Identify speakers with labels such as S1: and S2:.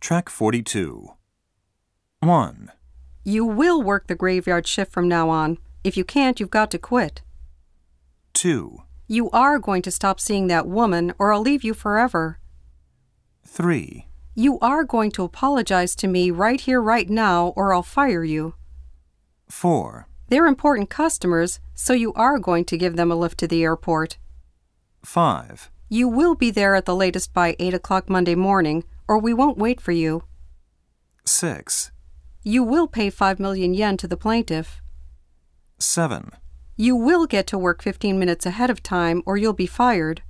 S1: Track 42. 1,
S2: You will work the graveyard shift from now on. If you can't, you've got to quit.
S1: 2,
S2: You are going to stop seeing that woman, or I'll leave you forever.
S1: 3,
S2: You are going to apologize to me right here, right now, or I'll fire you.
S1: 4,
S2: They're important customers, so you are going to give them a lift to the airport.
S1: 5,
S2: You will be there at the latest by 8 o'clock Monday morning, or we won't wait for you.
S1: 6,
S2: You will pay 5 million yen to the plaintiff.
S1: 7,
S2: You will get to work 15 minutes ahead of time, or you'll be fired.